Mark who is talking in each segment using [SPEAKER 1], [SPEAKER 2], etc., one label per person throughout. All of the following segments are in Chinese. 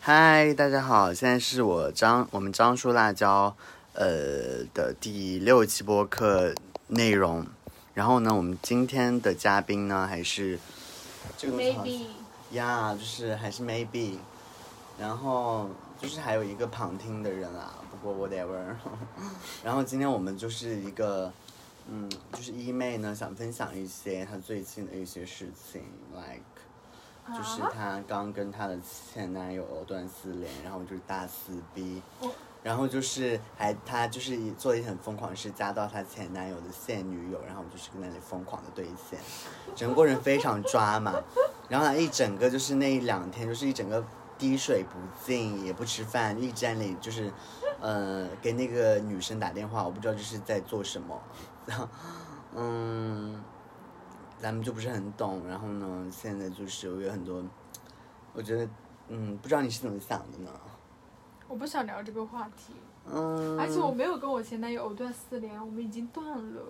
[SPEAKER 1] 嗨，大家好，现在是我张我们张叔辣椒呃的第六期播客内容。然后呢，我们今天的嘉宾呢还是这个东西好像
[SPEAKER 2] maybe
[SPEAKER 1] 呀就是还是 maybe，然后就是还有一个旁听的人啦、不过 whatever。然后今天我们就是一个，嗯，就是一妹呢想分享一些她最近的一些事情，like 就是
[SPEAKER 2] 啊
[SPEAKER 1] 她刚跟她的前男友藕断丝连，然后就是大撕逼
[SPEAKER 2] 哦，
[SPEAKER 1] 然后就是还她就是一做了一件很疯狂的事，加到她前男友的现女友，然后就是跟那里疯狂的对线，整个过程非常抓嘛。然后呢，一整个就是那一两天，就是一整个滴水不进，也不吃饭，一直在那里就是，呃，给那个女生打电话，我不知道这是在做什么。 然后，嗯，咱们就不是很懂。然后呢，现在就是我有很多，我觉得，嗯，不知道你是怎么想的呢？
[SPEAKER 2] 我不想聊这个话题，
[SPEAKER 1] 嗯，
[SPEAKER 2] 而且我没有跟我前男友藕断丝连，我们已经断了。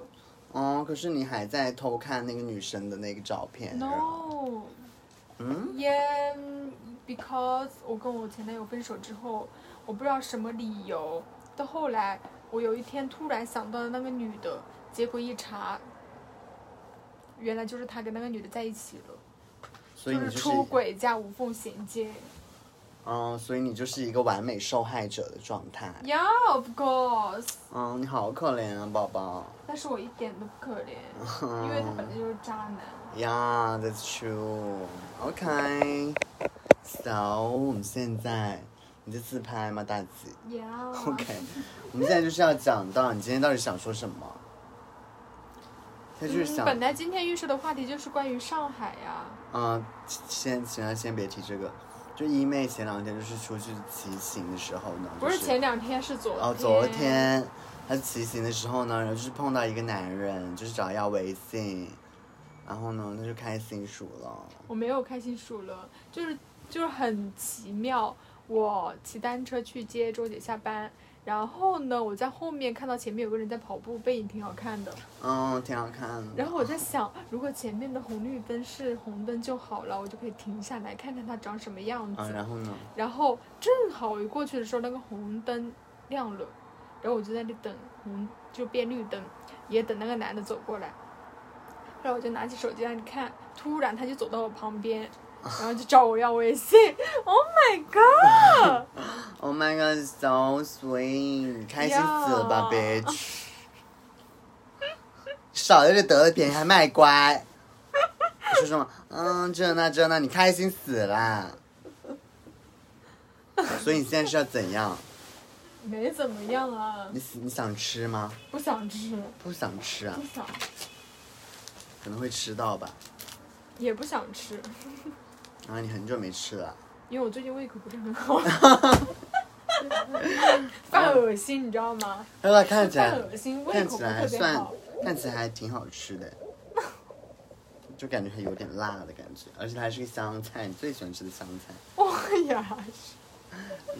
[SPEAKER 1] 哦，可是你还在偷看那个女生的那个照片。然后
[SPEAKER 2] No，
[SPEAKER 1] 嗯，
[SPEAKER 2] yeah, because 我跟我前男友分手之后，我不知道什么理由，到后来我有一天突然想到了那个女的，结果一查，原来就是他跟那个女的在一起了，
[SPEAKER 1] 所以你
[SPEAKER 2] 是
[SPEAKER 1] 就是
[SPEAKER 2] 出轨加无缝衔接。
[SPEAKER 1] 嗯，所以你就是一个完美受害者的状态。
[SPEAKER 2] Yeah, of course，
[SPEAKER 1] 嗯，你好可怜啊，宝宝。
[SPEAKER 2] 但是我一点都不可怜，
[SPEAKER 1] 嗯
[SPEAKER 2] 因为他本来就是渣男。
[SPEAKER 1] Yeah, that's true. OK. So 我们现在你在自拍吗，大姐
[SPEAKER 2] Yeah。
[SPEAKER 1] ？OK，我们现在就是要讲到你今天到底想说什么。他就是
[SPEAKER 2] 嗯，
[SPEAKER 1] 想，
[SPEAKER 2] 本来今天预设的话题就是关于上海呀。
[SPEAKER 1] 嗯，先先先别提这个。就一妹前两天就是出去骑行的时候呢，
[SPEAKER 2] 不
[SPEAKER 1] 就是
[SPEAKER 2] 前两天，是昨天。
[SPEAKER 1] 哦，昨。天他骑行的时候呢，然后就是碰到一个男人，就是找他要微信，然后呢，他就开心数了。
[SPEAKER 2] 我没有开心数了，就是就是很奇妙。我骑单车去接周姐下班，然后呢，我在后面看到前面有个人在跑步，背影挺好看的。
[SPEAKER 1] 嗯，挺好看的。
[SPEAKER 2] 然后我在想，如果前面的红绿灯是红灯就好了，我就可以停下来看看他长什么样子。
[SPEAKER 1] 嗯，然后呢？
[SPEAKER 2] 然后正好我一过去的时候，那个红灯亮了，然后我就在那里等红就变绿灯，也等那个男的走过来。后来我就拿起手机在那里看，突然他就走到我旁边，然后就找我要微信。Oh my god！
[SPEAKER 1] Oh my god, so sweet！开心死了吧
[SPEAKER 2] 呀
[SPEAKER 1] ，bitch！少在这得了便宜还卖乖，说什么？嗯，这那这那，你开心死啦！所以你现在是要怎样？
[SPEAKER 2] 没怎么样啊，
[SPEAKER 1] 你你想吃吗？
[SPEAKER 2] 不想吃，
[SPEAKER 1] 不想吃啊
[SPEAKER 2] 不，想，
[SPEAKER 1] 可能会吃到吧。
[SPEAKER 2] 也不想吃，
[SPEAKER 1] 然后你很久没吃 了，哎
[SPEAKER 2] 因为我最近胃口不是很 好， 犯恶心，你知道 吗？
[SPEAKER 1] 哎呀，看起
[SPEAKER 2] 犯
[SPEAKER 1] 来
[SPEAKER 2] 恶心，胃
[SPEAKER 1] 看
[SPEAKER 2] 口
[SPEAKER 1] 起
[SPEAKER 2] 不
[SPEAKER 1] 来
[SPEAKER 2] 特
[SPEAKER 1] 还
[SPEAKER 2] 别
[SPEAKER 1] 算
[SPEAKER 2] 好。，
[SPEAKER 1] 看起来还挺好吃的，就感觉还有点辣的感觉，而且它还是个香菜，你最喜欢吃的香菜。
[SPEAKER 2] 我也是。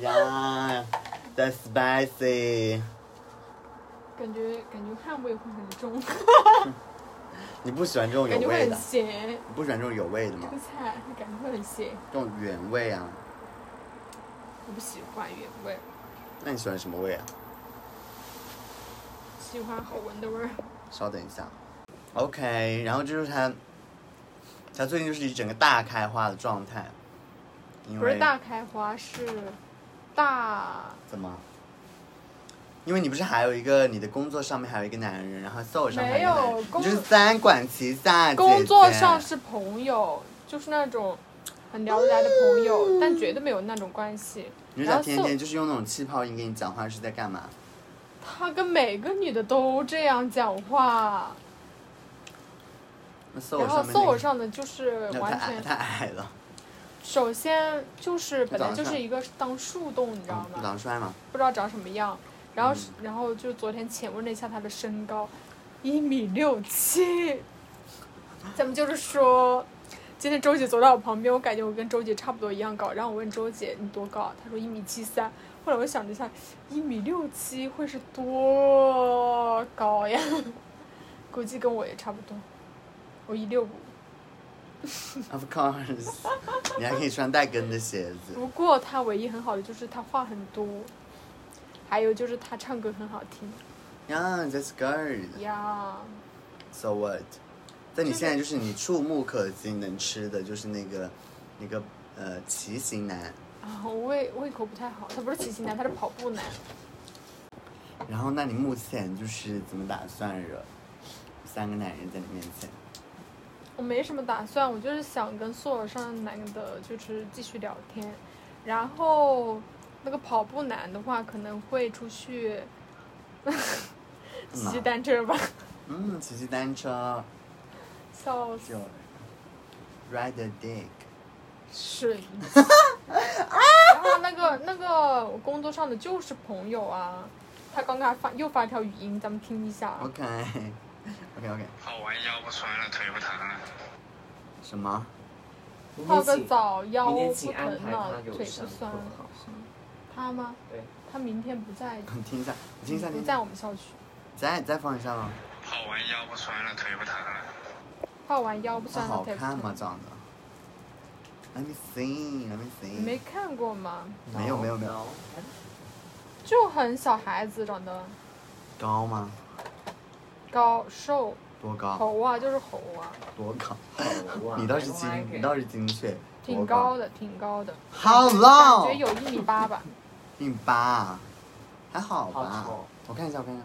[SPEAKER 1] 呀、t h a t spicy！
[SPEAKER 2] 感觉感觉汗味会很重，
[SPEAKER 1] 你不喜欢这种有
[SPEAKER 2] 感觉会
[SPEAKER 1] 味
[SPEAKER 2] 很
[SPEAKER 1] 的，嗯
[SPEAKER 2] 咸。
[SPEAKER 1] 你不喜欢这种有味的
[SPEAKER 2] 这
[SPEAKER 1] 吗
[SPEAKER 2] 个？菜感觉会很咸，
[SPEAKER 1] 这种原味啊？
[SPEAKER 2] 我不喜欢原味，
[SPEAKER 1] 那你喜欢什么味啊？
[SPEAKER 2] 喜欢好闻的味儿。
[SPEAKER 1] 稍等一下，OK，然后这就是他，他最近就是一整个大开花的状态，因
[SPEAKER 2] 不
[SPEAKER 1] 为
[SPEAKER 2] 是大开花，是大
[SPEAKER 1] 怎么？因为你不是还有一个你的工作上面还有一个男人，然后搜我上还有一个男人
[SPEAKER 2] 没有工
[SPEAKER 1] 你就是三管齐下。姐姐
[SPEAKER 2] 工作上是朋友，就是那种很聊得来的朋友，但绝对没有那种关系。
[SPEAKER 1] 你就想
[SPEAKER 2] 然后
[SPEAKER 1] 天天
[SPEAKER 2] 搜
[SPEAKER 1] 就是用那种气泡音跟你讲话是在干嘛？
[SPEAKER 2] 他跟每个女的都这样讲话，
[SPEAKER 1] 那搜我
[SPEAKER 2] 然后
[SPEAKER 1] 上面、那个、
[SPEAKER 2] 搜我上的就是
[SPEAKER 1] 那太
[SPEAKER 2] 完
[SPEAKER 1] 矮
[SPEAKER 2] 全，
[SPEAKER 1] 太矮了，
[SPEAKER 2] 首先就是
[SPEAKER 1] 不
[SPEAKER 2] 本来
[SPEAKER 1] 长
[SPEAKER 2] 就是
[SPEAKER 1] 相
[SPEAKER 2] 一个当树洞，你知道吗？
[SPEAKER 1] 长得嗯帅吗？
[SPEAKER 2] 不知道长什么样。然后是，然后就昨天浅问了一下他的身高，一米六七。咱们就是说，今天周姐走到我旁边，我感觉我跟周姐差不多一样高。然后我问周姐你多高，她说一米七三。后来我想了一下，一米六七会是多 高呀？估计跟我也差不多，我一六五。
[SPEAKER 1] Of course，你 还可以穿带跟的鞋子。
[SPEAKER 2] 不过他唯一很好的就是他话很多，还有就是他唱歌很好听
[SPEAKER 1] Yeah, that's good.
[SPEAKER 2] 呀。
[SPEAKER 1] So what？但你现在就是你触目可及能吃的就是那个那个呃骑行男，
[SPEAKER 2] 啊，我胃胃口不太好，他不是骑行男，他是跑步男。
[SPEAKER 1] 然后那你目前就是怎么打算惹三个男人在你面前？
[SPEAKER 2] 我没什么打算，我就是想跟索尔上的男的，就是继续聊天。然后那个跑步男的话，可能会出 去骑单车吧，
[SPEAKER 1] 嗯，骑骑单车
[SPEAKER 2] 笑死
[SPEAKER 1] 就 ride a dick。
[SPEAKER 2] 水。然后那个那个我工作上的就是朋友啊，他刚刚还发又发条语音，咱们听一下啊。
[SPEAKER 1] OK OK OK
[SPEAKER 3] 好玩腰不酸了，腿不疼了。
[SPEAKER 1] 什么？
[SPEAKER 4] 明
[SPEAKER 2] 泡
[SPEAKER 4] 天
[SPEAKER 2] 个
[SPEAKER 4] 请
[SPEAKER 2] 澡腰
[SPEAKER 4] 明
[SPEAKER 2] 不
[SPEAKER 4] 天请安
[SPEAKER 2] 疼
[SPEAKER 4] 排
[SPEAKER 2] 了
[SPEAKER 4] 他，给我
[SPEAKER 2] 腿不
[SPEAKER 4] 上课
[SPEAKER 2] 酸了。
[SPEAKER 4] 好吗？
[SPEAKER 2] 他吗？
[SPEAKER 4] 对，
[SPEAKER 2] 他明天不在，
[SPEAKER 1] 你听一下，你听一下，
[SPEAKER 2] 不
[SPEAKER 1] 听一
[SPEAKER 2] 在
[SPEAKER 1] 下，
[SPEAKER 2] 我们校区。
[SPEAKER 1] 再再放一下吧。
[SPEAKER 3] 好玩腰不酸了，腿不疼了。
[SPEAKER 2] 泡完腰不
[SPEAKER 1] 他
[SPEAKER 2] 酸
[SPEAKER 1] 好
[SPEAKER 2] 了，腿不
[SPEAKER 1] 看吗？
[SPEAKER 2] 疼
[SPEAKER 1] 长得？Let me see，Let me
[SPEAKER 2] 你
[SPEAKER 1] see。
[SPEAKER 2] 没看过吗？
[SPEAKER 1] 没有没有没有
[SPEAKER 4] No，
[SPEAKER 2] 就很小孩子，长得
[SPEAKER 1] 高吗？
[SPEAKER 2] 高瘦，
[SPEAKER 1] 多高？
[SPEAKER 2] 猴啊就是猴啊，
[SPEAKER 1] 多 高？
[SPEAKER 4] 好啊
[SPEAKER 1] 你倒是
[SPEAKER 4] I don't
[SPEAKER 1] 精，
[SPEAKER 4] like
[SPEAKER 1] 你
[SPEAKER 4] it
[SPEAKER 1] 倒是精确。
[SPEAKER 2] 挺
[SPEAKER 1] 多
[SPEAKER 2] 高。的，挺高的，
[SPEAKER 1] How
[SPEAKER 2] 感觉
[SPEAKER 1] long？
[SPEAKER 2] 有一米八吧，
[SPEAKER 1] 一米八啊，还好吧
[SPEAKER 4] 好丑？
[SPEAKER 1] 我看一下，我看一下。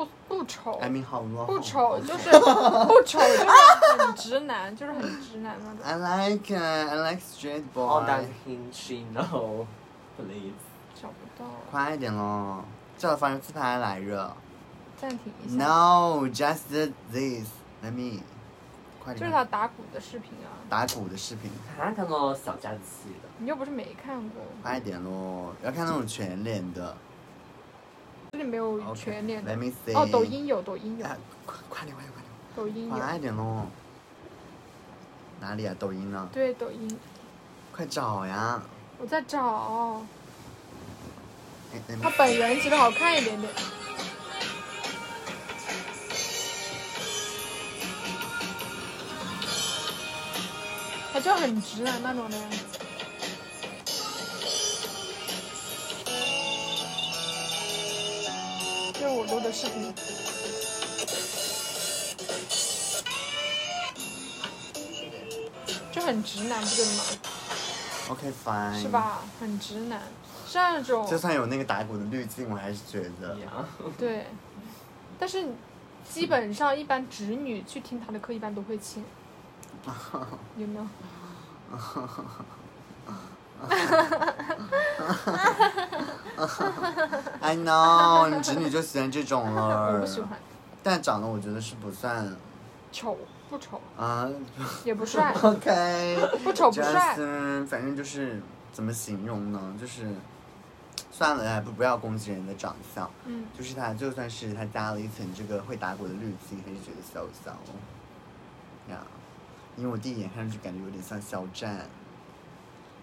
[SPEAKER 2] 不不丑，
[SPEAKER 1] I mean how long？
[SPEAKER 2] 不丑就是不丑就是很直男，就是很直男那种。
[SPEAKER 1] I like it. I like straight
[SPEAKER 4] All
[SPEAKER 1] boy
[SPEAKER 4] that。him she know, please.
[SPEAKER 2] 找不到，啊
[SPEAKER 1] 快一点喽！叫发人自拍来着。
[SPEAKER 2] 暂停一下，
[SPEAKER 1] No, just this. Let me. 快
[SPEAKER 2] 就是
[SPEAKER 1] 点。
[SPEAKER 2] 他打鼓的视频啊，
[SPEAKER 1] 打鼓的视频，
[SPEAKER 4] 他看过小家子气的，
[SPEAKER 2] 你又不是没看过，
[SPEAKER 1] 快一点喽！要看那种全脸的。
[SPEAKER 2] 这里没有
[SPEAKER 1] OK，
[SPEAKER 2] 全脸的
[SPEAKER 1] Let。me see。
[SPEAKER 2] 哦，抖。音有，抖音有，
[SPEAKER 1] 哎，快快点，快点，快点。
[SPEAKER 2] 抖音有，
[SPEAKER 1] 快点喽！哪里啊？抖音呢？
[SPEAKER 2] 对，抖音，
[SPEAKER 1] 快找呀！
[SPEAKER 2] 我在找。
[SPEAKER 1] 哎哎
[SPEAKER 2] 他本人其实好看一点点。他就很直男那种的样子。这是我录的视频，就很直男，不觉得吗？
[SPEAKER 1] OK fine。
[SPEAKER 2] 是？吧？哦很直男，是那种。
[SPEAKER 1] 就嗯算有那个打鼓的滤镜，我还是觉得
[SPEAKER 4] 一样。
[SPEAKER 2] 对，但是基本上一般直女去听他的课，一般都 会亲，有没有？
[SPEAKER 1] I know 你侄女就喜欢这种了。
[SPEAKER 2] 我不喜欢，
[SPEAKER 1] 但长得我觉得是不算
[SPEAKER 2] 丑不丑，
[SPEAKER 1] 啊。，
[SPEAKER 2] 也不帅
[SPEAKER 1] OK。
[SPEAKER 2] 不丑不帅，
[SPEAKER 1] Justin，反正就是怎么形容呢？就是算了，哎还不不要攻击人的长相。
[SPEAKER 2] 嗯，
[SPEAKER 1] 就是他，就算是他加了一层这个会打鼓的滤镜，还是觉得潇潇。呀、因为我第一眼看上去感觉有点像肖战，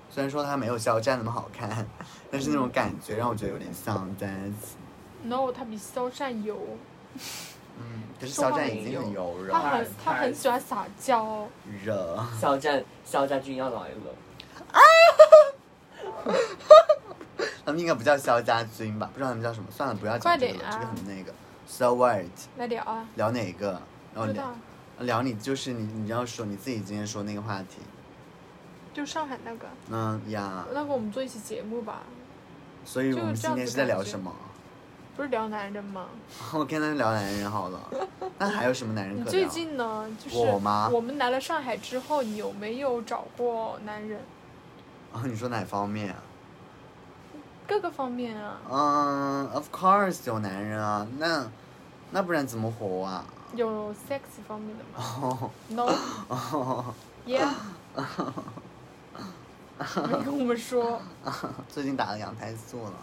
[SPEAKER 1] 虽然说他没有肖战那么好看，但是那种感觉让我觉得有点像在一起。
[SPEAKER 2] no，他比肖战油，
[SPEAKER 1] 嗯，可是
[SPEAKER 2] 说
[SPEAKER 1] 肖
[SPEAKER 2] 话啊
[SPEAKER 1] 战
[SPEAKER 4] 没
[SPEAKER 1] 已经很油
[SPEAKER 2] 他
[SPEAKER 1] 热，
[SPEAKER 2] 很他很喜欢撒娇，
[SPEAKER 1] 热。
[SPEAKER 4] 肖战，肖战君要来了，
[SPEAKER 1] 他们应该不叫肖家军吧？不知道他们叫什么，算了，不要
[SPEAKER 2] 快
[SPEAKER 1] 讲这个了，
[SPEAKER 2] 点啊
[SPEAKER 1] 这个很那个。So what？
[SPEAKER 2] 来聊啊，
[SPEAKER 1] 聊哪个？然后
[SPEAKER 2] 知
[SPEAKER 1] 聊
[SPEAKER 2] 道，
[SPEAKER 1] 聊你就是你，你要说你自己今天说那个话题。
[SPEAKER 2] 就上海那个，
[SPEAKER 1] 嗯呀。
[SPEAKER 2] 那个我们做一期节目吧，
[SPEAKER 1] 所以我们今天是在聊什么？
[SPEAKER 2] 不是聊男人吗？
[SPEAKER 1] 我跟他们聊男人好了，那还有什么男人
[SPEAKER 2] 你
[SPEAKER 1] 嗯可
[SPEAKER 2] 最
[SPEAKER 1] 聊？
[SPEAKER 2] 近呢，就是
[SPEAKER 1] 我吗
[SPEAKER 2] 我们来了上海之后，你有没有找过男人？
[SPEAKER 1] 啊，你说哪方面啊？
[SPEAKER 2] 各个方面啊，
[SPEAKER 1] 嗯，of course 有男人啊，那那不然怎么活啊？
[SPEAKER 2] 有 sex 方面的吗
[SPEAKER 1] 哦
[SPEAKER 2] ？No。
[SPEAKER 1] 哦，
[SPEAKER 2] Yeah，你跟我们说，
[SPEAKER 1] 最近打了羊胎素了。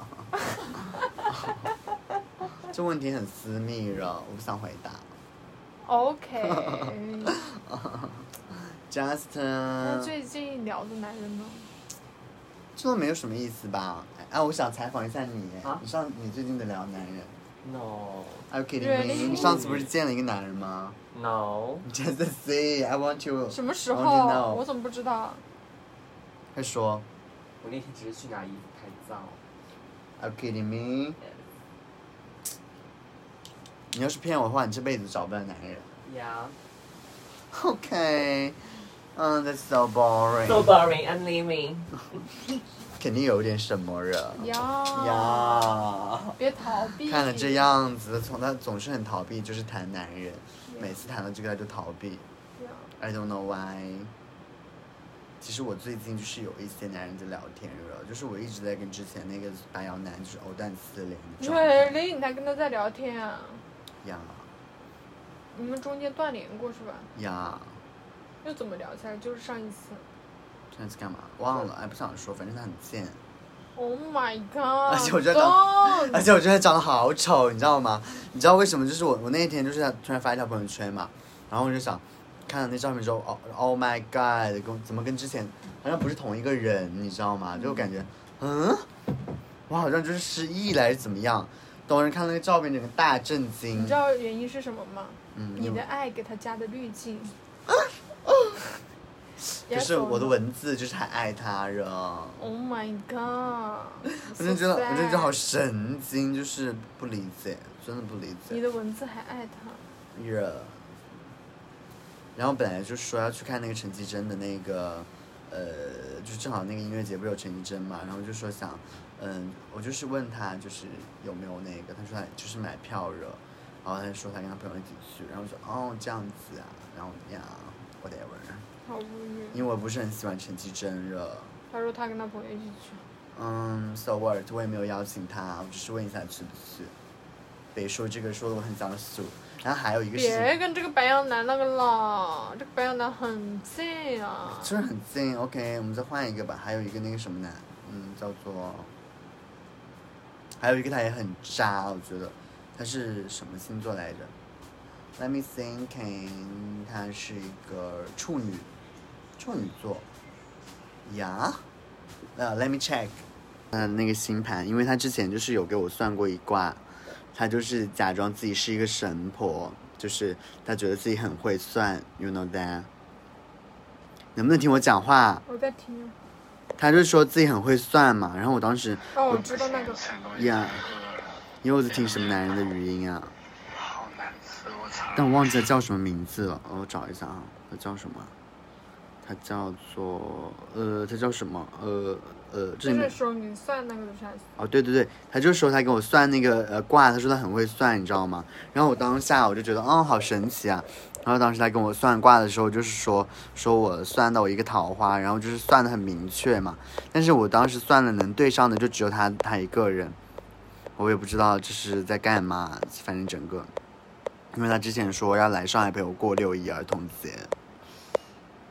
[SPEAKER 1] 这问题很私密了，我不想回答。
[SPEAKER 2] OK，那
[SPEAKER 1] Justin，
[SPEAKER 2] 最近聊的男人呢？
[SPEAKER 1] 这都没有什么意思吧？哎，我想采访一下你
[SPEAKER 4] 啊，
[SPEAKER 1] 你上你最近的聊男人，
[SPEAKER 4] No,
[SPEAKER 1] Are you kidding me？
[SPEAKER 2] Really？
[SPEAKER 1] 你上次不是见了一个男人吗
[SPEAKER 4] no，
[SPEAKER 1] ？Just see, I want you。
[SPEAKER 2] 什么时候
[SPEAKER 1] I want to know
[SPEAKER 2] 我怎么不知道？
[SPEAKER 1] 他说
[SPEAKER 4] 我那天只是去拿衣服拍照。
[SPEAKER 1] ，Are you kidding me？你要是骗我的话，你这辈子找不到男人。
[SPEAKER 4] Yeah,
[SPEAKER 1] OK，嗯、t h a t s so boring。
[SPEAKER 4] so boring. I'm leaving.
[SPEAKER 1] 肯定有点什么人。
[SPEAKER 2] 呀
[SPEAKER 1] 呀，
[SPEAKER 2] 别逃避。
[SPEAKER 1] 看了这，样子，从他总是很逃避，就是谈男人，每次谈到这个他就逃避。I don't know why。其实我最近就是有一些男人在聊天了，就是我一直在跟之前那个白羊男就是藕断丝连的状态啊
[SPEAKER 2] Really？你还跟他在聊天啊？
[SPEAKER 1] 呀
[SPEAKER 2] 你们中间断联过是吧？
[SPEAKER 1] 呀，
[SPEAKER 2] 又怎么聊起来？就是上一次。
[SPEAKER 1] 上次干嘛忘了？哎，不想说，反正他很贱，
[SPEAKER 2] Oh my
[SPEAKER 1] 而
[SPEAKER 2] god！
[SPEAKER 1] 且我觉得
[SPEAKER 2] Don't
[SPEAKER 1] 而且我觉得他长得好丑，你知道吗？你知道为什么？就是我我那一天就是突然发一条朋友圈嘛，然后我就想看了那照片之后，Oh Oh my God，跟怎么跟之前好像不是同一个人，你知道吗？就感觉，嗯，我好像就是失忆了还是怎么样？等人看那个照片，整个大震惊。
[SPEAKER 2] 你知道原因是什么吗？
[SPEAKER 1] 嗯，
[SPEAKER 2] 你
[SPEAKER 1] 因为
[SPEAKER 2] 的爱给他加的滤镜。
[SPEAKER 1] 可是
[SPEAKER 2] Yes or
[SPEAKER 1] 我的
[SPEAKER 2] no？
[SPEAKER 1] 文字就是还爱他人，
[SPEAKER 2] Oh my god！
[SPEAKER 1] 我真的觉得
[SPEAKER 2] so
[SPEAKER 1] 我真的觉得
[SPEAKER 2] sad
[SPEAKER 1] 好神经，就是不理解，真的不理解。
[SPEAKER 2] 你的文字还爱他，
[SPEAKER 1] 热。然后本来就说要去看那个陈绮贞的那个，呃，就正好那个音乐节不是有陈绮贞嘛，然后就说想，嗯，我就是问他就是有没有那个，他说他就是买票热，然后他就说他跟他朋友一起去，然后我说哦这样子啊，然后呀，whatever，
[SPEAKER 2] 好无语。
[SPEAKER 1] 因为我不是很喜欢陈绮贞热，
[SPEAKER 2] 他说他跟他朋友一起去。
[SPEAKER 1] 嗯，so what，我也没有邀请他，我只是问一下去不去，别说这个说的我很想数，然后还有一个事情。
[SPEAKER 2] 别跟这个白羊男那个了，这个白羊男很贱啊。
[SPEAKER 1] 就是很近。OK，我们再换一个吧。还有一个那个什么男，嗯，叫做，还有一个他也很渣，我觉得他是什么星座来着？Let me thinking，他是一个处女，处女座。呀，呃，Let me check，嗯，那个星盘，因为他之前就是有给我算过一卦，他就是假装自己是一个神婆，就是他觉得自己很会算，you know that。能不能听我讲话？
[SPEAKER 2] 我在听。
[SPEAKER 1] 他就说自己很会算嘛，然后我当时
[SPEAKER 2] 哦，我知道那个。
[SPEAKER 3] 成龙
[SPEAKER 1] 呀因为我在听什么男人的语音啊，
[SPEAKER 3] 好难吃，我操！
[SPEAKER 1] 但我忘记了叫什么名字了，哦我找一下啊，他叫什么？他叫做呃，他叫什么？呃呃，这
[SPEAKER 2] 就
[SPEAKER 1] 里
[SPEAKER 2] 是
[SPEAKER 1] 面
[SPEAKER 2] 说你算那个就是啥？
[SPEAKER 1] 哦，对对对，他就说他给我算那个呃卦，他说他很会算，你知道吗？然后我当下我就觉得，嗯，好神奇啊。然后当时他跟我算卦的时候，就是说说我算到我一个桃花，然后就是算的很明确嘛。但是我当时算了能对上的就只有他他一个人，我也不知道这是在干嘛，反正整个，因为他之前说要来上海陪我过六一儿童节，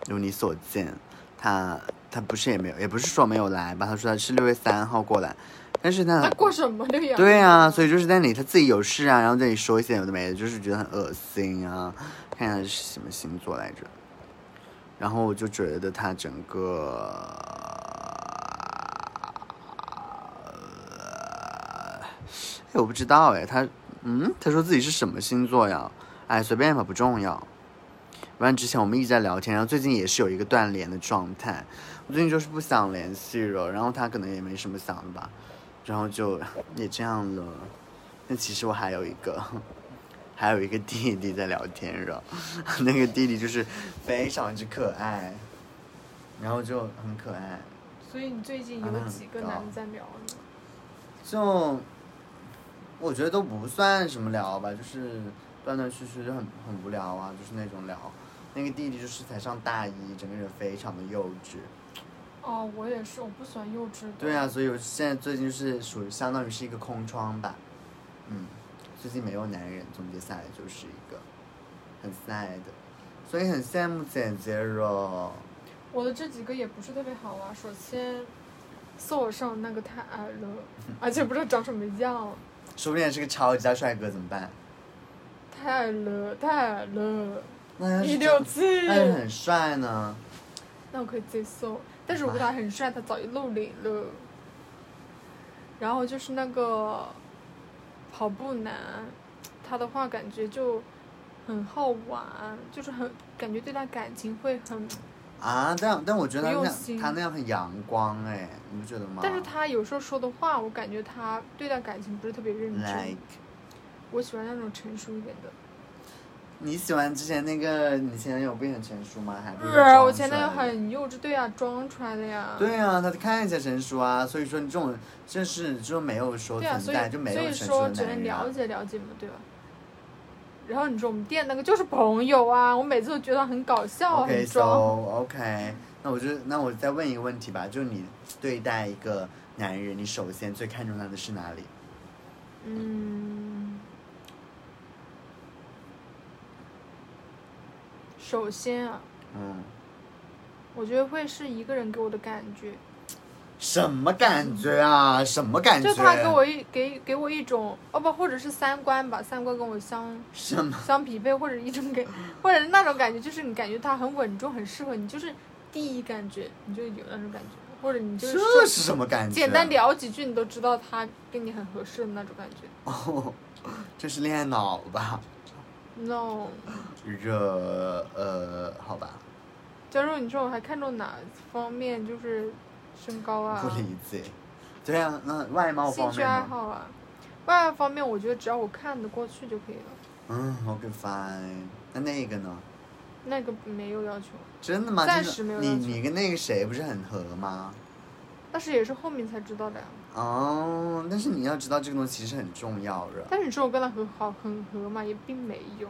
[SPEAKER 1] 如你所见，他他不是也没有，也不是说没有来吧，他说他是六月三号过来，但是他
[SPEAKER 2] 他过什么六羊？
[SPEAKER 1] 啊对啊，所
[SPEAKER 2] 以
[SPEAKER 1] 以就是在你他自己有事啊，然后在你说一些有的没的，就是觉得很恶心啊。看一下是什么星座来着，然后我就觉得他整个。哎，我不知道哎，他，嗯，他说自己是什么星座呀？哎，随便吧，不重要。完了之前我们一直在聊天，然后最近也是有一个断联的状态，我最近就是不想联系了，然后他可能也没什么想的吧，然后就也这样了。但其实我还有一个， 还有一个弟弟在聊天了， 那个弟弟就是非常之可爱，然后就很可爱，
[SPEAKER 2] 所以你最近
[SPEAKER 1] 啊那
[SPEAKER 2] 有
[SPEAKER 1] 很
[SPEAKER 2] 几个
[SPEAKER 1] 高
[SPEAKER 2] 男的在聊呢？
[SPEAKER 1] 就我觉得都不算什么聊吧，就是断断续续就很很无聊啊，就是那种聊。那个弟弟就是才上大一，整个人非常的幼稚。
[SPEAKER 2] 哦，我也是，我不喜欢幼稚的。
[SPEAKER 1] 对啊，，所以我现在最近就是属于相当于是一个空窗吧，嗯，最近没有男人，总结下来就是一个很 sad，所以很羡慕姐姐咯。
[SPEAKER 2] 我的这几个也不是特别好啊。首先，搜我上那个太矮了，而且不知道长什么样，
[SPEAKER 1] 说不定是个超级大帅哥怎么办？
[SPEAKER 2] 太矮了，太矮了，
[SPEAKER 1] 那要
[SPEAKER 2] 一
[SPEAKER 1] 是
[SPEAKER 2] 六
[SPEAKER 1] 长
[SPEAKER 2] 七。
[SPEAKER 1] 那要是很帅呢？
[SPEAKER 2] 那我可以接受。但是如果他很帅，他早就露脸了。然后就是那个，跑步男，他的话感觉就很好玩，就是很感觉对他感情会很，
[SPEAKER 1] 啊，但但我觉得他
[SPEAKER 2] 不
[SPEAKER 1] 那
[SPEAKER 2] 用
[SPEAKER 1] 样
[SPEAKER 2] 心
[SPEAKER 1] 他那样很阳光哎、你不觉得吗？
[SPEAKER 2] 但是他有时候说的话，我感觉他对待感情不是特别认真
[SPEAKER 1] like。
[SPEAKER 2] 我喜欢那种成熟一点的。
[SPEAKER 1] 你喜欢之前那个你前男友不也很成熟吗？还不是
[SPEAKER 2] 是啊
[SPEAKER 1] 装
[SPEAKER 2] 我前男友
[SPEAKER 1] 出来的
[SPEAKER 2] 很幼稚，对啊，装出来的呀。
[SPEAKER 1] 对啊，他看起来成熟啊，所以说你这种正是就没有说
[SPEAKER 2] 对啊，
[SPEAKER 1] 存
[SPEAKER 2] 所以
[SPEAKER 1] 在，就没有
[SPEAKER 2] 所以
[SPEAKER 1] 成熟
[SPEAKER 2] 说
[SPEAKER 1] 的
[SPEAKER 2] 只
[SPEAKER 1] 男
[SPEAKER 2] 能
[SPEAKER 1] 人啊
[SPEAKER 2] 了。解了解嘛，对吧？然后你说我们店那个就是朋友啊，我每次都觉得很搞笑啊
[SPEAKER 1] OK
[SPEAKER 2] 很
[SPEAKER 1] so
[SPEAKER 2] 装。
[SPEAKER 1] OK，那我就那我再问一个问题吧，就是你对待一个男人，你首先最看重他的是哪里？
[SPEAKER 2] 嗯，首先啊，
[SPEAKER 1] 嗯，
[SPEAKER 2] 我觉得会是一个人给我的感觉，
[SPEAKER 1] 什么感觉啊？什么感觉？
[SPEAKER 2] 就他给我一给给我一种哦不，或者是三观吧，三观跟我相
[SPEAKER 1] 什么？
[SPEAKER 2] 相匹配，或者一种感，或者那种感觉，就是你感觉他很稳重，很适合你，就是第一感觉你就有那种感觉，或者你就是
[SPEAKER 1] 这是什么感觉？啊
[SPEAKER 2] 简单。聊几句，你都知道他跟你很合适的那种感觉。
[SPEAKER 1] 哦， 这是恋爱脑吧？
[SPEAKER 2] No，
[SPEAKER 1] 热呃，好吧，
[SPEAKER 2] 假如你说我还看重哪方面，就是身高啊
[SPEAKER 1] 不、理解。对啊，那外貌
[SPEAKER 2] 兴
[SPEAKER 1] 方
[SPEAKER 2] 趣
[SPEAKER 1] 面
[SPEAKER 2] 爱
[SPEAKER 1] 呢？
[SPEAKER 2] 好啊，外貌方面，我觉得只要我看得过去就可以了，
[SPEAKER 1] 嗯，OK fine。那那个呢？
[SPEAKER 2] 那个没有要求。
[SPEAKER 1] 真的吗？
[SPEAKER 2] 暂
[SPEAKER 1] 真的
[SPEAKER 2] 时没有
[SPEAKER 1] 你
[SPEAKER 2] 要求
[SPEAKER 1] 你跟那个谁不是很合吗？
[SPEAKER 2] 但是也是后面才知道的呀。
[SPEAKER 1] 哦，但是你要知道这个东西其实很重要的。
[SPEAKER 2] 但是你说我跟他很好很合嘛，也并没有。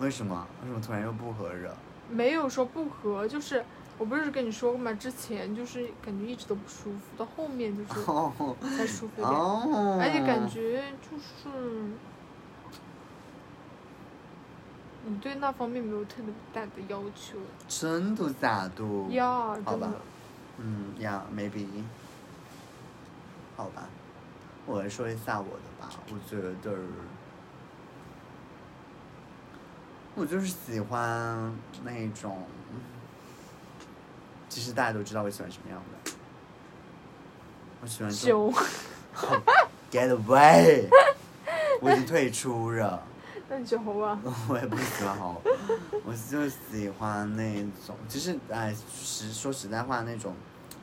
[SPEAKER 1] 为什么？为什么突然又不合热？
[SPEAKER 2] 没有说不合，就是我不是跟你说过吗？之前就是感觉一直都不舒服，到后面就是
[SPEAKER 1] 哦
[SPEAKER 2] 才舒服一点，
[SPEAKER 1] 哦，
[SPEAKER 2] 而且感觉就是你对那方面没有特别大的要求
[SPEAKER 1] 真的假的？
[SPEAKER 2] 呀，
[SPEAKER 1] 好
[SPEAKER 2] 真
[SPEAKER 1] 吧
[SPEAKER 2] 的。
[SPEAKER 1] 嗯呀、m a y b e 好吧，我来说一下我的吧。我觉得，我就是喜欢那种，其实大家都知道我喜欢什么样的。我喜欢这种
[SPEAKER 2] 熊，
[SPEAKER 1] get away，我已经退出了。
[SPEAKER 2] 那啊你觉得好吧？
[SPEAKER 1] 我也不喜欢好，我就喜欢那种，其实哎，实说实在话，那种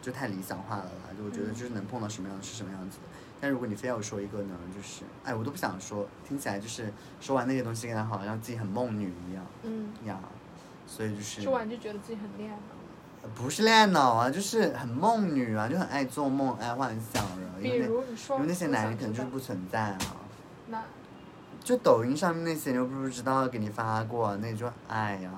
[SPEAKER 1] 就太理想化了啦。就我觉得就是能碰到什么样的是什么样子的。但如果你非要说一个呢，就是哎，我都不想说，听起来就是说完那个东西，感觉好像自己很梦女一样
[SPEAKER 2] 嗯，
[SPEAKER 1] 呀。所以就是
[SPEAKER 2] 说完就觉得自己很恋爱脑。
[SPEAKER 1] 呃不是恋爱脑啊，就是很梦女啊，就很爱做梦、爱幻想啊。因
[SPEAKER 2] 比
[SPEAKER 1] 为
[SPEAKER 2] 如你
[SPEAKER 1] 那
[SPEAKER 2] 说，
[SPEAKER 1] 因为那些
[SPEAKER 2] 我
[SPEAKER 1] 男
[SPEAKER 2] 想
[SPEAKER 1] 人可能
[SPEAKER 2] 知
[SPEAKER 1] 就是
[SPEAKER 2] 道
[SPEAKER 1] 不存在啊。
[SPEAKER 2] 那
[SPEAKER 1] 就抖音上面那些，你又不知道给你发过，那就爱呀、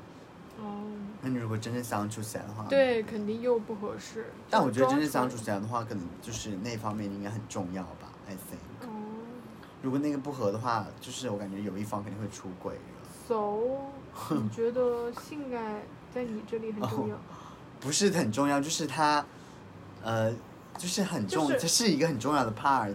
[SPEAKER 2] 哦，
[SPEAKER 1] 那你如果真正相处起来的话，。
[SPEAKER 2] 对，肯定又不合适。
[SPEAKER 1] 哦但我觉得真正
[SPEAKER 2] 装
[SPEAKER 1] 相
[SPEAKER 2] 出
[SPEAKER 1] 处
[SPEAKER 2] 来
[SPEAKER 1] 起来的话，可能就是那方面应该很重要吧，I think。
[SPEAKER 2] 哦
[SPEAKER 1] 如果那个不合的话，就是我感觉有一方肯定会出轨的。
[SPEAKER 2] So，你觉得性爱在你这里很 重要？
[SPEAKER 1] 不是很重要，就是他，呃，就是很重，
[SPEAKER 2] 就是
[SPEAKER 1] 它是一个很重要的 part。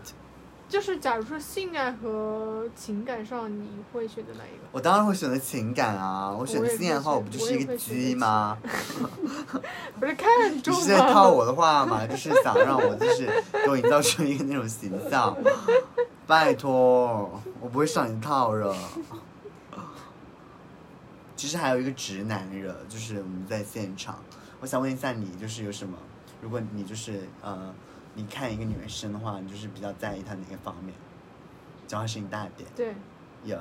[SPEAKER 2] 就是假如说性爱和情感上，你会选择哪一个？
[SPEAKER 1] 我当然会选择情感啊，我选
[SPEAKER 2] 我也
[SPEAKER 1] 性爱的话，
[SPEAKER 2] 会
[SPEAKER 1] 我不就
[SPEAKER 2] 选
[SPEAKER 1] 是
[SPEAKER 2] 我
[SPEAKER 1] 一
[SPEAKER 2] 也
[SPEAKER 1] 个
[SPEAKER 2] 会选择
[SPEAKER 1] 鸡吗？
[SPEAKER 2] 不是看
[SPEAKER 1] 你
[SPEAKER 2] 重
[SPEAKER 1] 是在套
[SPEAKER 2] 吗？
[SPEAKER 1] 我的话吗？就是想让我就是给我营造出一个那种形象。拜托，我不会上你套的。其实还有一个直男惹，就是我们在现场，我想问一下你，就是有什么？如果你就是呃，你看一个女生的话，你就是比较在意她哪个方面？只要她声音大一点，
[SPEAKER 2] 对，
[SPEAKER 1] 有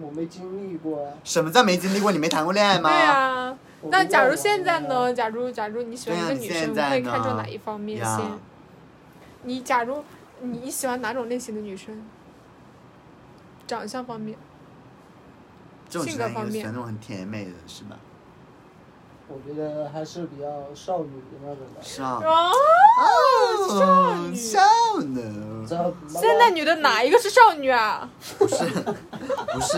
[SPEAKER 5] 我没经历过啊。
[SPEAKER 1] 什么叫没经历过？你没谈过恋爱吗？
[SPEAKER 2] 对啊。
[SPEAKER 5] 我
[SPEAKER 2] 那
[SPEAKER 5] 不
[SPEAKER 2] 假如
[SPEAKER 5] 过
[SPEAKER 2] 现在
[SPEAKER 5] 我
[SPEAKER 2] 呢？假如假如你喜欢一
[SPEAKER 1] 对啊
[SPEAKER 2] 个
[SPEAKER 1] 你
[SPEAKER 2] 女
[SPEAKER 1] 现
[SPEAKER 2] 生，
[SPEAKER 1] 在
[SPEAKER 2] 会看
[SPEAKER 1] 呢
[SPEAKER 2] 重哪一方面
[SPEAKER 1] 呀
[SPEAKER 2] 先？你假如你喜欢哪种类型的女生？长相方面，
[SPEAKER 1] 这种直
[SPEAKER 2] 性格
[SPEAKER 1] 男
[SPEAKER 2] 方
[SPEAKER 1] 应该
[SPEAKER 2] 面
[SPEAKER 1] 喜欢那种很甜美的，是吧？
[SPEAKER 5] 我觉得还是比较少女的那种的。
[SPEAKER 1] 少
[SPEAKER 2] 哦，
[SPEAKER 1] 哦，
[SPEAKER 2] 女
[SPEAKER 1] 少女。
[SPEAKER 5] 这妈妈
[SPEAKER 2] 现在女的哪一个是少女啊？
[SPEAKER 1] 不是，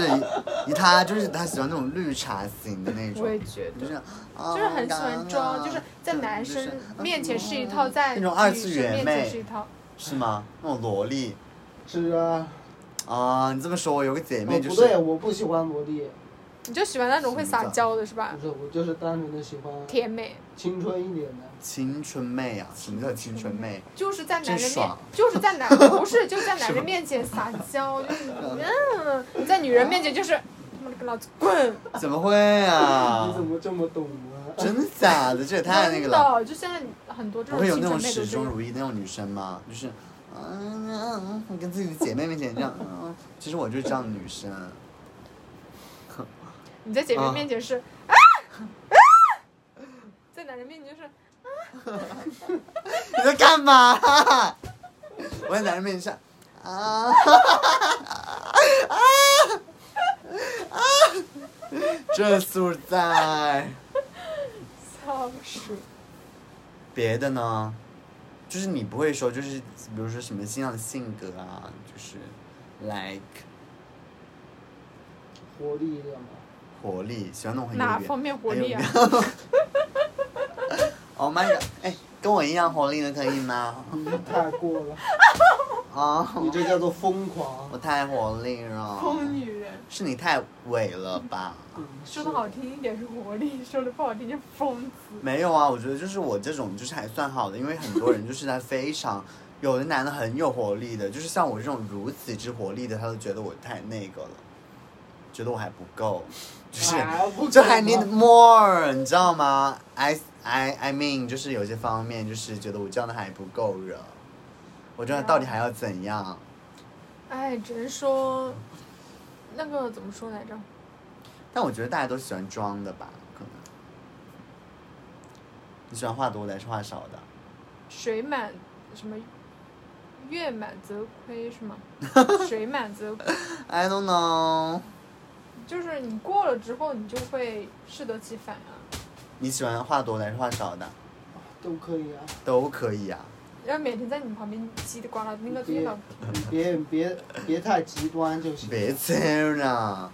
[SPEAKER 1] 以他就是他喜欢那种绿茶型的那种，
[SPEAKER 2] 我也觉
[SPEAKER 1] 就。
[SPEAKER 2] 得
[SPEAKER 1] 是哦
[SPEAKER 2] 就是很喜欢装，就是在男生
[SPEAKER 1] 嗯
[SPEAKER 2] 面前是一套，
[SPEAKER 1] 那
[SPEAKER 2] 在女
[SPEAKER 1] 种
[SPEAKER 2] 生
[SPEAKER 1] 二次元
[SPEAKER 2] 面
[SPEAKER 1] 妹
[SPEAKER 2] 前是一套。
[SPEAKER 1] 是吗？那种萝莉
[SPEAKER 5] 是啊，
[SPEAKER 1] 啊，你这么说，我有个姐
[SPEAKER 5] 哦
[SPEAKER 1] 妹就
[SPEAKER 5] 不
[SPEAKER 1] 是
[SPEAKER 5] 对，我不喜欢萝莉，
[SPEAKER 2] 你就喜欢那种会撒娇的是吧
[SPEAKER 5] 不？是，我就是单纯的喜欢
[SPEAKER 2] 甜美，
[SPEAKER 5] 青春一点的。
[SPEAKER 1] 青春妹啊，什么叫青春妹？
[SPEAKER 2] 就是在男人
[SPEAKER 1] 真
[SPEAKER 2] 面
[SPEAKER 1] 爽，
[SPEAKER 2] 就是 在男不是就在男人面前撒娇，就是嗯，在女人面前就是他妈的给老子滚！
[SPEAKER 1] 怎么会
[SPEAKER 5] 你怎
[SPEAKER 1] 啊？
[SPEAKER 5] 么这么懂啊？
[SPEAKER 1] 真的假的？这也太那个
[SPEAKER 2] 真
[SPEAKER 1] 了。
[SPEAKER 2] 的，就现在很多这
[SPEAKER 1] 不
[SPEAKER 2] 种
[SPEAKER 1] 会有
[SPEAKER 2] 青
[SPEAKER 1] 那种
[SPEAKER 2] 春妹都
[SPEAKER 1] 始
[SPEAKER 2] 这
[SPEAKER 1] 终
[SPEAKER 2] 样。
[SPEAKER 1] 如一的那种女生吗？就是，嗯嗯嗯，你跟自己的姐妹面前这样，嗯嗯，其实我就是这样的女生。
[SPEAKER 2] 你在姐妹
[SPEAKER 1] 啊
[SPEAKER 2] 面 前是啊啊，在男人面前就是
[SPEAKER 1] 你在干嘛？我在男人面前啊啊啊啊！这素在，
[SPEAKER 2] 笑死。
[SPEAKER 1] 别的呢？就是你不会说，就是比如说什么星象的性格啊，就是 like
[SPEAKER 5] 活力一点嘛。
[SPEAKER 1] 活力，喜欢那种很有
[SPEAKER 2] 哪
[SPEAKER 1] 远
[SPEAKER 2] 方面活力啊？
[SPEAKER 1] 很有 Oh my god！哎，跟我一样活力的可以吗？
[SPEAKER 5] 你太过 了，
[SPEAKER 1] 啊、
[SPEAKER 5] 你这叫做疯狂
[SPEAKER 1] 我。太活力了。
[SPEAKER 2] 疯女人，
[SPEAKER 1] 是你太伪了吧？
[SPEAKER 5] 嗯
[SPEAKER 2] 说的好，听一点是活力，说的不好听就是疯子。
[SPEAKER 1] 没有啊，我觉得就是我这种就是还算好的，因为很多人就是他非常，有的男的很有活力的，就是像我这种如此之活力的，他都觉得我太那个了，觉得我还不够，就是
[SPEAKER 5] 是
[SPEAKER 1] 就还 need more，你知道吗？I I I mean，就是有些方面就是觉得我这样的还不够热，我这到底还要怎样？
[SPEAKER 2] 哎，只能说，那个怎么说来着？
[SPEAKER 1] 但我觉得大家都喜欢装的吧，可能。你喜欢话多的还是话少的？
[SPEAKER 2] 水满什么？月满则亏是吗？ 水满则亏
[SPEAKER 1] I don't know。
[SPEAKER 2] 就是你过了之后，你就会适得其反啊。
[SPEAKER 1] 你喜欢话多的还是话少的？
[SPEAKER 5] 都可以啊。
[SPEAKER 1] 都可以啊。
[SPEAKER 2] 要每天在你旁边叽里呱啦，那个
[SPEAKER 5] 别
[SPEAKER 2] 月老
[SPEAKER 5] 你别别别太极端就行。
[SPEAKER 1] 别这样，啊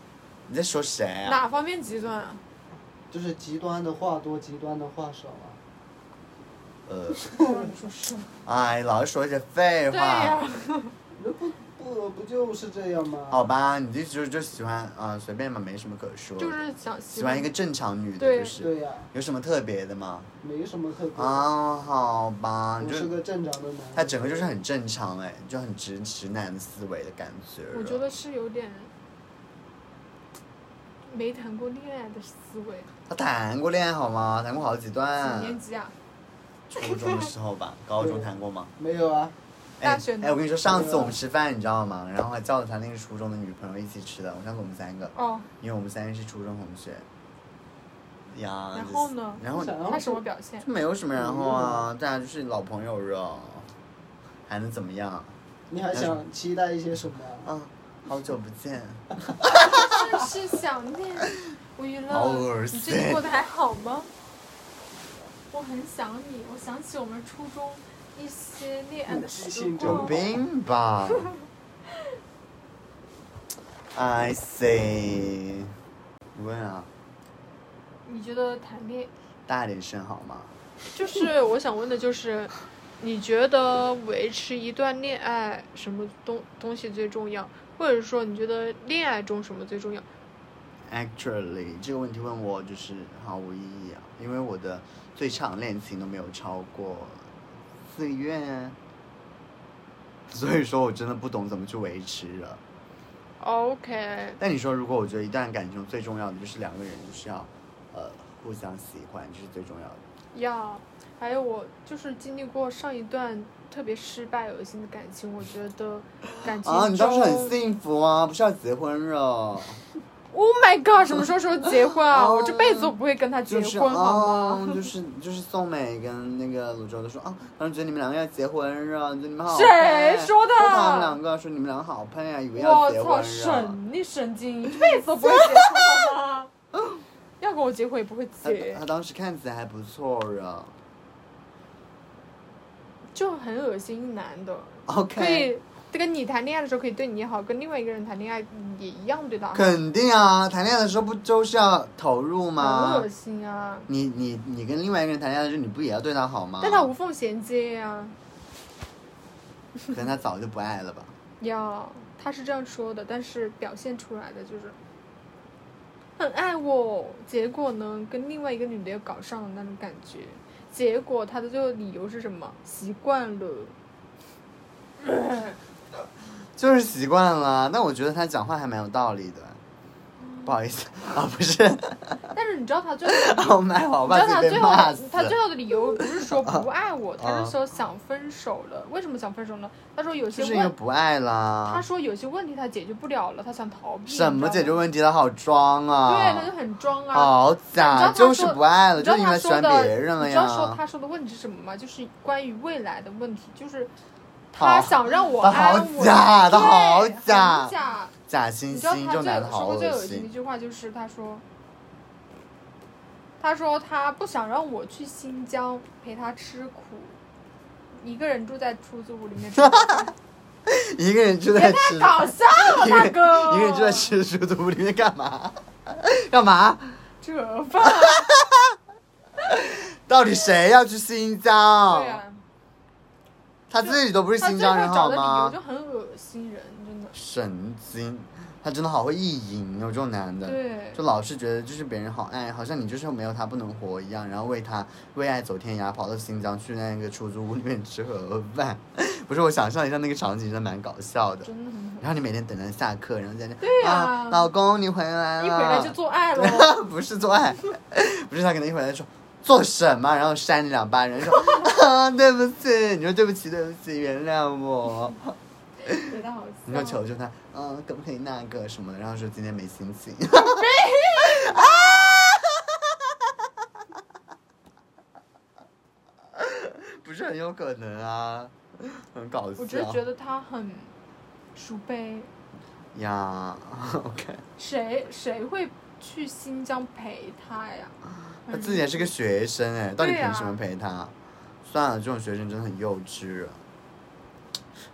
[SPEAKER 1] 你在说谁啊？
[SPEAKER 2] 哪方面极端 啊？
[SPEAKER 5] 就是极端的话多，极端的话少啊。
[SPEAKER 1] 呃，
[SPEAKER 2] 不知道你说是吗？
[SPEAKER 1] 哎，老是说一些废
[SPEAKER 2] 对
[SPEAKER 1] 话。
[SPEAKER 2] 呀、
[SPEAKER 5] 那不不不就是这样吗？
[SPEAKER 1] 好吧，你就就就喜欢啊、随便吧，没什么可说。
[SPEAKER 2] 就是想喜
[SPEAKER 1] 喜欢一个正常女的，
[SPEAKER 2] 对
[SPEAKER 1] 就是
[SPEAKER 5] 对呀、
[SPEAKER 1] 有什么特别的吗？
[SPEAKER 5] 没什么特别的。
[SPEAKER 1] 啊，好吧，
[SPEAKER 5] 我
[SPEAKER 1] 就是
[SPEAKER 5] 个正常的男人。
[SPEAKER 1] 他整个就是很正常哎、就很直直男的思维的感觉。
[SPEAKER 2] 我觉得是有点没谈过恋爱的思维。
[SPEAKER 1] 他谈过恋爱好吗？谈过好几
[SPEAKER 2] 几
[SPEAKER 1] 段。
[SPEAKER 2] 年级啊？
[SPEAKER 1] 初中的时候吧，高中谈过吗？
[SPEAKER 5] 没有啊，
[SPEAKER 1] 哎
[SPEAKER 2] 大学呢
[SPEAKER 1] 哎，我跟你说，上次我们吃饭，你知道吗？然后还叫了他那个初中的女朋友一起吃的。我上次我们三个，
[SPEAKER 2] 哦，
[SPEAKER 1] 因为我们三个是初中同学。呀。
[SPEAKER 2] 然后呢
[SPEAKER 1] 然后
[SPEAKER 5] 想
[SPEAKER 1] 就
[SPEAKER 5] 要
[SPEAKER 2] 他什么表现？
[SPEAKER 1] 没有什么然后啊，大家就是老朋友了，还能怎么样？
[SPEAKER 5] 你还想期待一些什么啊？
[SPEAKER 1] 啊，好久不见。
[SPEAKER 2] 哦真是想念吴娱
[SPEAKER 1] 好
[SPEAKER 2] 乐。
[SPEAKER 1] 恶
[SPEAKER 2] 你
[SPEAKER 1] 心
[SPEAKER 2] 最近过得还好吗？我很想你，我想起我们初中一些恋爱的时
[SPEAKER 5] 你记性
[SPEAKER 1] 有
[SPEAKER 5] 真
[SPEAKER 2] 光。
[SPEAKER 1] 病 吧？I see。你问啊，
[SPEAKER 2] 你觉得谈恋
[SPEAKER 1] 大点声好吗？
[SPEAKER 2] 就是我想问的就是，你觉得维持一段恋爱什么东东西最重要，或者说你觉得恋爱中什么最重要？
[SPEAKER 1] Actually，这个问题问我就是毫无意义啊，因为我的最长恋情都没有超过四个月，所以说我真的不懂怎么去维持了。
[SPEAKER 2] OK，
[SPEAKER 1] 但你说，如果我觉得一段感情中最重要的就是两个人就是要，呃，互相喜欢，这是最重要的。
[SPEAKER 2] 呀、还有我就是经历过上一段特别失败恶心的感情，我觉得感情
[SPEAKER 1] 啊，你当时很
[SPEAKER 2] 中
[SPEAKER 1] 幸福啊，不是要结婚了？
[SPEAKER 2] ，Oh my god，什么时候说结 婚啊？
[SPEAKER 1] 哦
[SPEAKER 2] 我这辈子我不会跟他结
[SPEAKER 1] 就是
[SPEAKER 2] 婚好
[SPEAKER 1] 啊
[SPEAKER 2] 吗？，
[SPEAKER 1] 就是就是宋美跟那个泸州都说啊，当时觉得你们两个要结婚了，觉得你们好配。
[SPEAKER 2] 谁说的
[SPEAKER 1] 他们两个说你们两个好配啊，以为要
[SPEAKER 2] 我
[SPEAKER 1] 结
[SPEAKER 2] 操，
[SPEAKER 1] 婚了。
[SPEAKER 2] 神你神经，这辈子都不会结婚好吗？ 要跟我结婚也不会
[SPEAKER 1] 他
[SPEAKER 2] 结
[SPEAKER 1] 他，当时看起来还不错啊。
[SPEAKER 2] 就很恶心男的。可
[SPEAKER 1] OK，
[SPEAKER 2] 以，这个你谈恋爱的时候可以对你好，跟另外一个人谈恋爱也一样对他好，
[SPEAKER 1] 肯定啊，谈恋爱的时候不就是要投入
[SPEAKER 2] 很
[SPEAKER 1] 吗
[SPEAKER 2] 恶？心啊！
[SPEAKER 1] 你你你跟另外一个人谈恋爱的时候，你不也要对他好吗？
[SPEAKER 2] 但他无缝衔接啊呀、
[SPEAKER 1] 可能他早就不爱了吧。
[SPEAKER 2] 呀，他是这样说的，但是表现出来的就是很爱我，结果呢跟另外一个女的又搞上了那种感觉，结果他的最后理由是什么？习惯了。
[SPEAKER 1] 就是习惯了。那我觉得他讲话还蛮有道理的。不好意思啊，不是，
[SPEAKER 2] 但是你知道他最后的理由
[SPEAKER 1] 我买好，我
[SPEAKER 2] 你
[SPEAKER 1] 怕自己
[SPEAKER 2] 知道他最
[SPEAKER 1] 被
[SPEAKER 2] 后
[SPEAKER 1] 骂死。
[SPEAKER 2] 他最后的理由不是说不爱我，他
[SPEAKER 1] 啊
[SPEAKER 2] 是说想分手了。为什么想分手呢？他说有些
[SPEAKER 1] 就是因为
[SPEAKER 2] 问，
[SPEAKER 1] 不爱
[SPEAKER 2] 他
[SPEAKER 1] 啦。
[SPEAKER 2] 说有些问题他解决不了了，他想逃避。
[SPEAKER 1] 什么解决
[SPEAKER 2] 问？
[SPEAKER 1] 问题？他好装
[SPEAKER 2] 对，他
[SPEAKER 1] 啊
[SPEAKER 2] 就！很装啊。
[SPEAKER 1] 好假，
[SPEAKER 2] 你知
[SPEAKER 1] 就
[SPEAKER 2] 道他说
[SPEAKER 1] 是不爱了，
[SPEAKER 2] 你
[SPEAKER 1] 就
[SPEAKER 2] 知道
[SPEAKER 1] 是因
[SPEAKER 2] 他
[SPEAKER 1] 为喜
[SPEAKER 2] 说
[SPEAKER 1] 欢
[SPEAKER 2] 的，
[SPEAKER 1] 别人了
[SPEAKER 2] 你知道说
[SPEAKER 1] 呀。
[SPEAKER 2] 他说的问题是什么吗？就是关于未来的问题，就是
[SPEAKER 1] 好
[SPEAKER 2] 他想让我
[SPEAKER 1] 他好
[SPEAKER 2] 安稳。
[SPEAKER 1] 假他
[SPEAKER 2] 对
[SPEAKER 1] 好
[SPEAKER 2] 很
[SPEAKER 1] 假
[SPEAKER 2] 假
[SPEAKER 1] 假
[SPEAKER 2] 你
[SPEAKER 1] 惺
[SPEAKER 2] 知道
[SPEAKER 1] 惺，这
[SPEAKER 2] 他
[SPEAKER 1] 种
[SPEAKER 2] 最
[SPEAKER 1] 男
[SPEAKER 2] 有
[SPEAKER 1] 的
[SPEAKER 2] 说
[SPEAKER 1] 好
[SPEAKER 2] 过最
[SPEAKER 1] 恶
[SPEAKER 2] 恶心的一
[SPEAKER 1] 心。
[SPEAKER 2] 句话就是他说，他说他不想让我去新疆陪他吃苦，一个人住在出租屋里 面吃苦，
[SPEAKER 1] 一个人住在
[SPEAKER 2] 也
[SPEAKER 1] 吃
[SPEAKER 2] 太，搞笑了，大哥，哦
[SPEAKER 1] 一个人住在 吃书的屋里面干嘛？ 干嘛？
[SPEAKER 2] 扯吧，
[SPEAKER 1] 到底谁要去新
[SPEAKER 2] 对
[SPEAKER 1] 疆？
[SPEAKER 2] 啊，
[SPEAKER 1] 他自己都哦不是
[SPEAKER 2] 他
[SPEAKER 1] 新
[SPEAKER 2] 最
[SPEAKER 1] 疆人
[SPEAKER 2] 后找
[SPEAKER 1] 好
[SPEAKER 2] 的理由
[SPEAKER 1] 吗
[SPEAKER 2] 就？很恶心人，真的，
[SPEAKER 1] 神经，他真的好会意淫哦，这种男的。
[SPEAKER 2] 对，
[SPEAKER 1] 就老是觉得就是别人好爱，好像你就是没有他不能活一样，然后为他为爱走天涯，跑到新疆去那个出租屋里面吃盒饭。 不是，我想象一下那个场景，真的蛮搞笑的。
[SPEAKER 2] 真的很
[SPEAKER 1] 然后你每天等他下课，然后在那啊
[SPEAKER 2] 对呀
[SPEAKER 1] 老公你回来了，
[SPEAKER 2] 好，一回来就做爱 了，
[SPEAKER 1] 不是做爱， 不是他可能一回来说做什么，然后扇你两巴，然后说、啊、对不起，你说对不起，对不起，原谅我，
[SPEAKER 2] 觉得好
[SPEAKER 1] 你说
[SPEAKER 2] 笑
[SPEAKER 1] 求。求他，嗯、可不可以那个什么的，然后说今天没心情。 不是很有可能啊，很搞笑。
[SPEAKER 2] 我只是觉得他很熟呗，
[SPEAKER 1] 呀，OK，
[SPEAKER 2] 谁谁会去新疆陪他呀？
[SPEAKER 1] 啊
[SPEAKER 2] 嗯
[SPEAKER 1] 他自己也是个学生哎、到底
[SPEAKER 2] 对
[SPEAKER 1] 凭什
[SPEAKER 2] 啊
[SPEAKER 1] 么陪他？算了，这种学生真的很幼稚。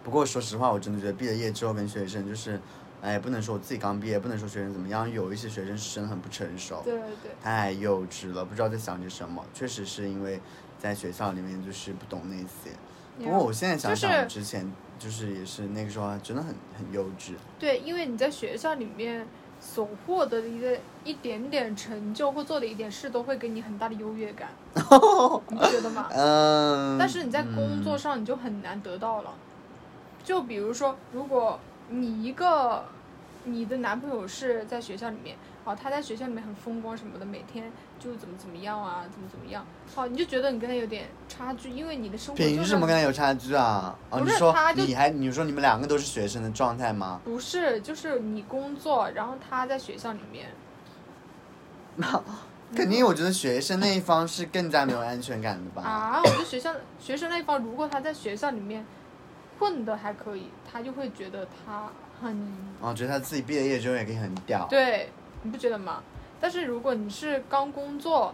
[SPEAKER 1] 不过说实话，我真的觉得毕了业之后跟学生就是，哎，不能说我自己刚毕业，不能说学生怎么样，有一些学生是真的很不成熟，
[SPEAKER 2] 对对对，
[SPEAKER 1] 太幼稚了，不知道在想些什么。确实是因为在学校里面就是不懂那些。不过我现在想想，
[SPEAKER 2] 就是
[SPEAKER 1] 我之前就是也是那个时候还真的很很幼稚。
[SPEAKER 2] 对，因为你在学校里面所获得的一个一点点成就或做的一点事，都会给你很大的优越 感，你不觉得吗？
[SPEAKER 1] 嗯，
[SPEAKER 2] 啊但是你在工作
[SPEAKER 1] 嗯
[SPEAKER 2] 上你就很难得到了。就比如说，如果你一个你的男朋友是在学校里面，哦，他在学校里面很风光什么的，每天就怎么怎么样啊，怎么怎么样，哦，你就觉得你跟他有点差距，因为你的生活就
[SPEAKER 1] 凭
[SPEAKER 2] 是
[SPEAKER 1] 什么跟他有差距啊？哦，
[SPEAKER 2] 不
[SPEAKER 1] 你
[SPEAKER 2] 是
[SPEAKER 1] 说
[SPEAKER 2] 他就
[SPEAKER 1] 你还你说你们两个都是学生的状态吗？
[SPEAKER 2] 不是，就是你工作，然后他在学校里面，嗯
[SPEAKER 1] 肯定，我觉得学生那一方是更加没有安全感的吧。
[SPEAKER 2] 啊，我觉得学校学生那一方，如果他在学校里面混的还可以，他就会觉得他很
[SPEAKER 1] 我哦觉得他自己毕了业之后也可以很屌。，
[SPEAKER 2] 对，你不觉得吗？但是如果你是刚工作，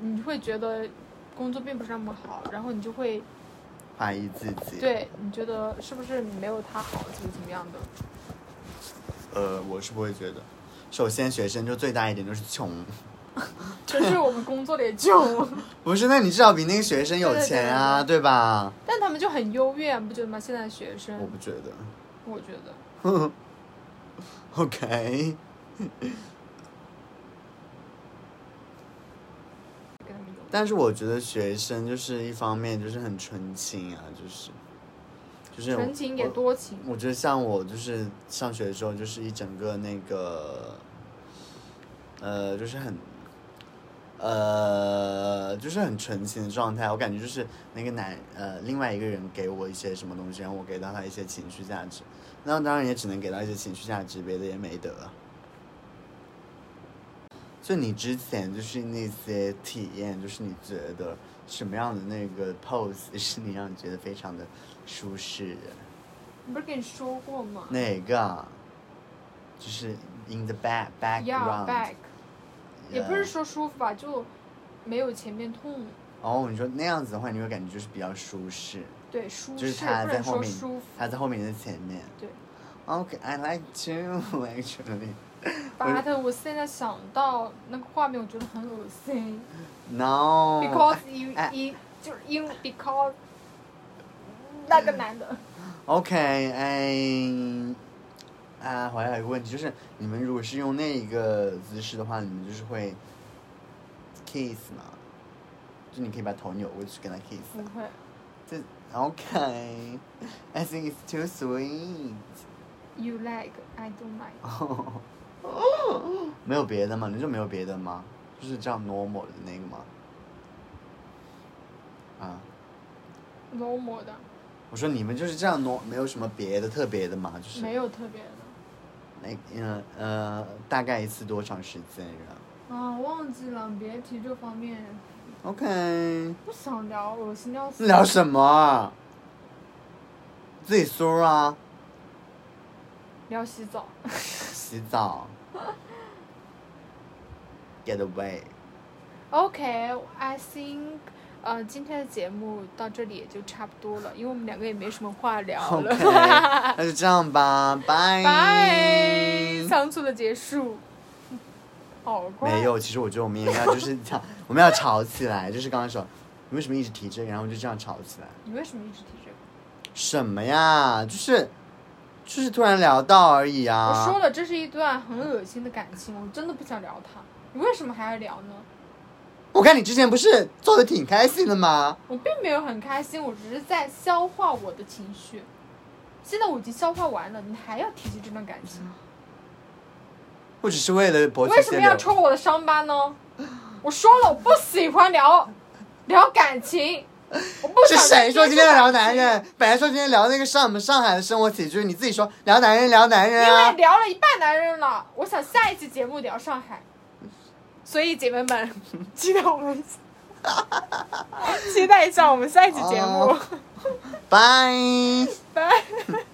[SPEAKER 2] 你会觉得工作并不是那么好，然后你就会
[SPEAKER 1] 怀疑自己。，
[SPEAKER 2] 对你觉得是不是你没有他好，怎么怎么 样的？
[SPEAKER 1] 呃，我是不会觉得。首先，学生就最大一点就是穷，
[SPEAKER 2] 可是我们工作的 也就，
[SPEAKER 1] 不是？那你至少比那个学生有钱啊，对吧？
[SPEAKER 2] 但他们就很优越，你不觉得吗？现在的学生
[SPEAKER 1] 我，不觉得。
[SPEAKER 2] 我觉得
[SPEAKER 1] OK，
[SPEAKER 2] 跟他们有。
[SPEAKER 1] 但是我觉得学生就是一方面就是很纯情啊，就是就是
[SPEAKER 2] 纯情也
[SPEAKER 1] 我
[SPEAKER 2] 多情，
[SPEAKER 1] 我觉得像我就是上学的时候，就是一整个那个，呃，就是很，呃，就是很纯情的状态。我感觉就是那个男呃，另外一个人给我一些什么东西，然后我给到他一些情绪价值，那当然也只能给到一些情绪价值，别的也没得了。就你之前就是那些体验，就是你觉得什么样的那个 pose 是你让你觉得非常的舒适的？
[SPEAKER 2] 我不是跟你说过吗
[SPEAKER 1] 哪个？就是 in the back
[SPEAKER 2] ？Yeah,
[SPEAKER 1] background，呃
[SPEAKER 2] back，也不是
[SPEAKER 1] Yeah
[SPEAKER 2] 说舒服吧，就没有前面痛，
[SPEAKER 1] 哦，你说那样子的话，你会感觉就是比较舒适，
[SPEAKER 2] 对，舒
[SPEAKER 1] 就是
[SPEAKER 2] 适，
[SPEAKER 1] 他
[SPEAKER 2] 不
[SPEAKER 1] 在
[SPEAKER 2] 能
[SPEAKER 1] 后
[SPEAKER 2] 说
[SPEAKER 1] 面
[SPEAKER 2] 舒服，，
[SPEAKER 1] 他在后面，你在前面。
[SPEAKER 2] 对。
[SPEAKER 1] OK，I、like you actually.
[SPEAKER 2] But 我现在想到那个画面，我觉得很恶心。
[SPEAKER 1] No.
[SPEAKER 2] Because you
[SPEAKER 1] 哎
[SPEAKER 2] you 就是因为 because 那个男的，
[SPEAKER 1] OK，I I 大家哎啊回答一个问题，就是你们如果是用那一个姿势的话，你们就是会 kiss 嘛？就你可以把头扭过去跟他 kiss
[SPEAKER 2] 不
[SPEAKER 1] 啊。
[SPEAKER 2] 会，
[SPEAKER 1] 这 OK。I think it's too sweet 。
[SPEAKER 2] You like, I don't
[SPEAKER 1] 哦
[SPEAKER 2] like。
[SPEAKER 1] 没有别的吗？你就没有别的吗？就是这样 normal 的那个吗？啊，
[SPEAKER 2] normal 的，
[SPEAKER 1] 我说你们就是这样 normal，没有什么别的特别的吗？就是
[SPEAKER 2] 没有特别的。
[SPEAKER 1] 那嗯呃，大概一次多长时间呀
[SPEAKER 2] 啊，忘记了，别提这方面，
[SPEAKER 1] ？OK。
[SPEAKER 2] 不想聊，恶心的要死。
[SPEAKER 1] 聊什么啊？自己说啊，
[SPEAKER 2] 聊洗澡。
[SPEAKER 1] 洗澡。Get away。
[SPEAKER 2] OK, I think，呃，今天的节目到这里也就差不多了，因为我们两个也没什么话聊
[SPEAKER 1] OK，
[SPEAKER 2] 了。
[SPEAKER 1] 那就这样吧，拜。
[SPEAKER 2] 拜，仓促的结束，好快。
[SPEAKER 1] 没有，其实我觉得我们应该就是 讲，我们要吵起来，就是刚刚说，你为什么一直提这个，然后就这样吵起来？
[SPEAKER 2] 你为什么一直提这个？
[SPEAKER 1] 什么呀？就是，就是突然聊到而已啊。
[SPEAKER 2] 我说了，这是一段很恶心的感情，我真的不想聊它。你为什么还要聊呢？
[SPEAKER 1] 我看你之前不是做的挺开心的吗？
[SPEAKER 2] 我并没有很开心，我只是在消化我的情绪。现在我已经消化完了，你还要提起这段感情，
[SPEAKER 1] 我只是为了博取
[SPEAKER 2] 为什么
[SPEAKER 1] 些流
[SPEAKER 2] 要戳我的伤疤呢？我说了，我不喜欢聊聊感情，我不
[SPEAKER 1] 是
[SPEAKER 2] 想
[SPEAKER 1] 谁说今天要聊男
[SPEAKER 2] 跟
[SPEAKER 1] 人？本来说今天聊那个上我们上海的生活起居，你自己说聊男人聊男人
[SPEAKER 2] 你聊感情？因
[SPEAKER 1] 啊
[SPEAKER 2] 为！聊了一半男人了，我想下一期节目聊上海，所以姐妹们，期待我们，期待一下我们下一期节目，
[SPEAKER 1] 哦拜。
[SPEAKER 2] 拜。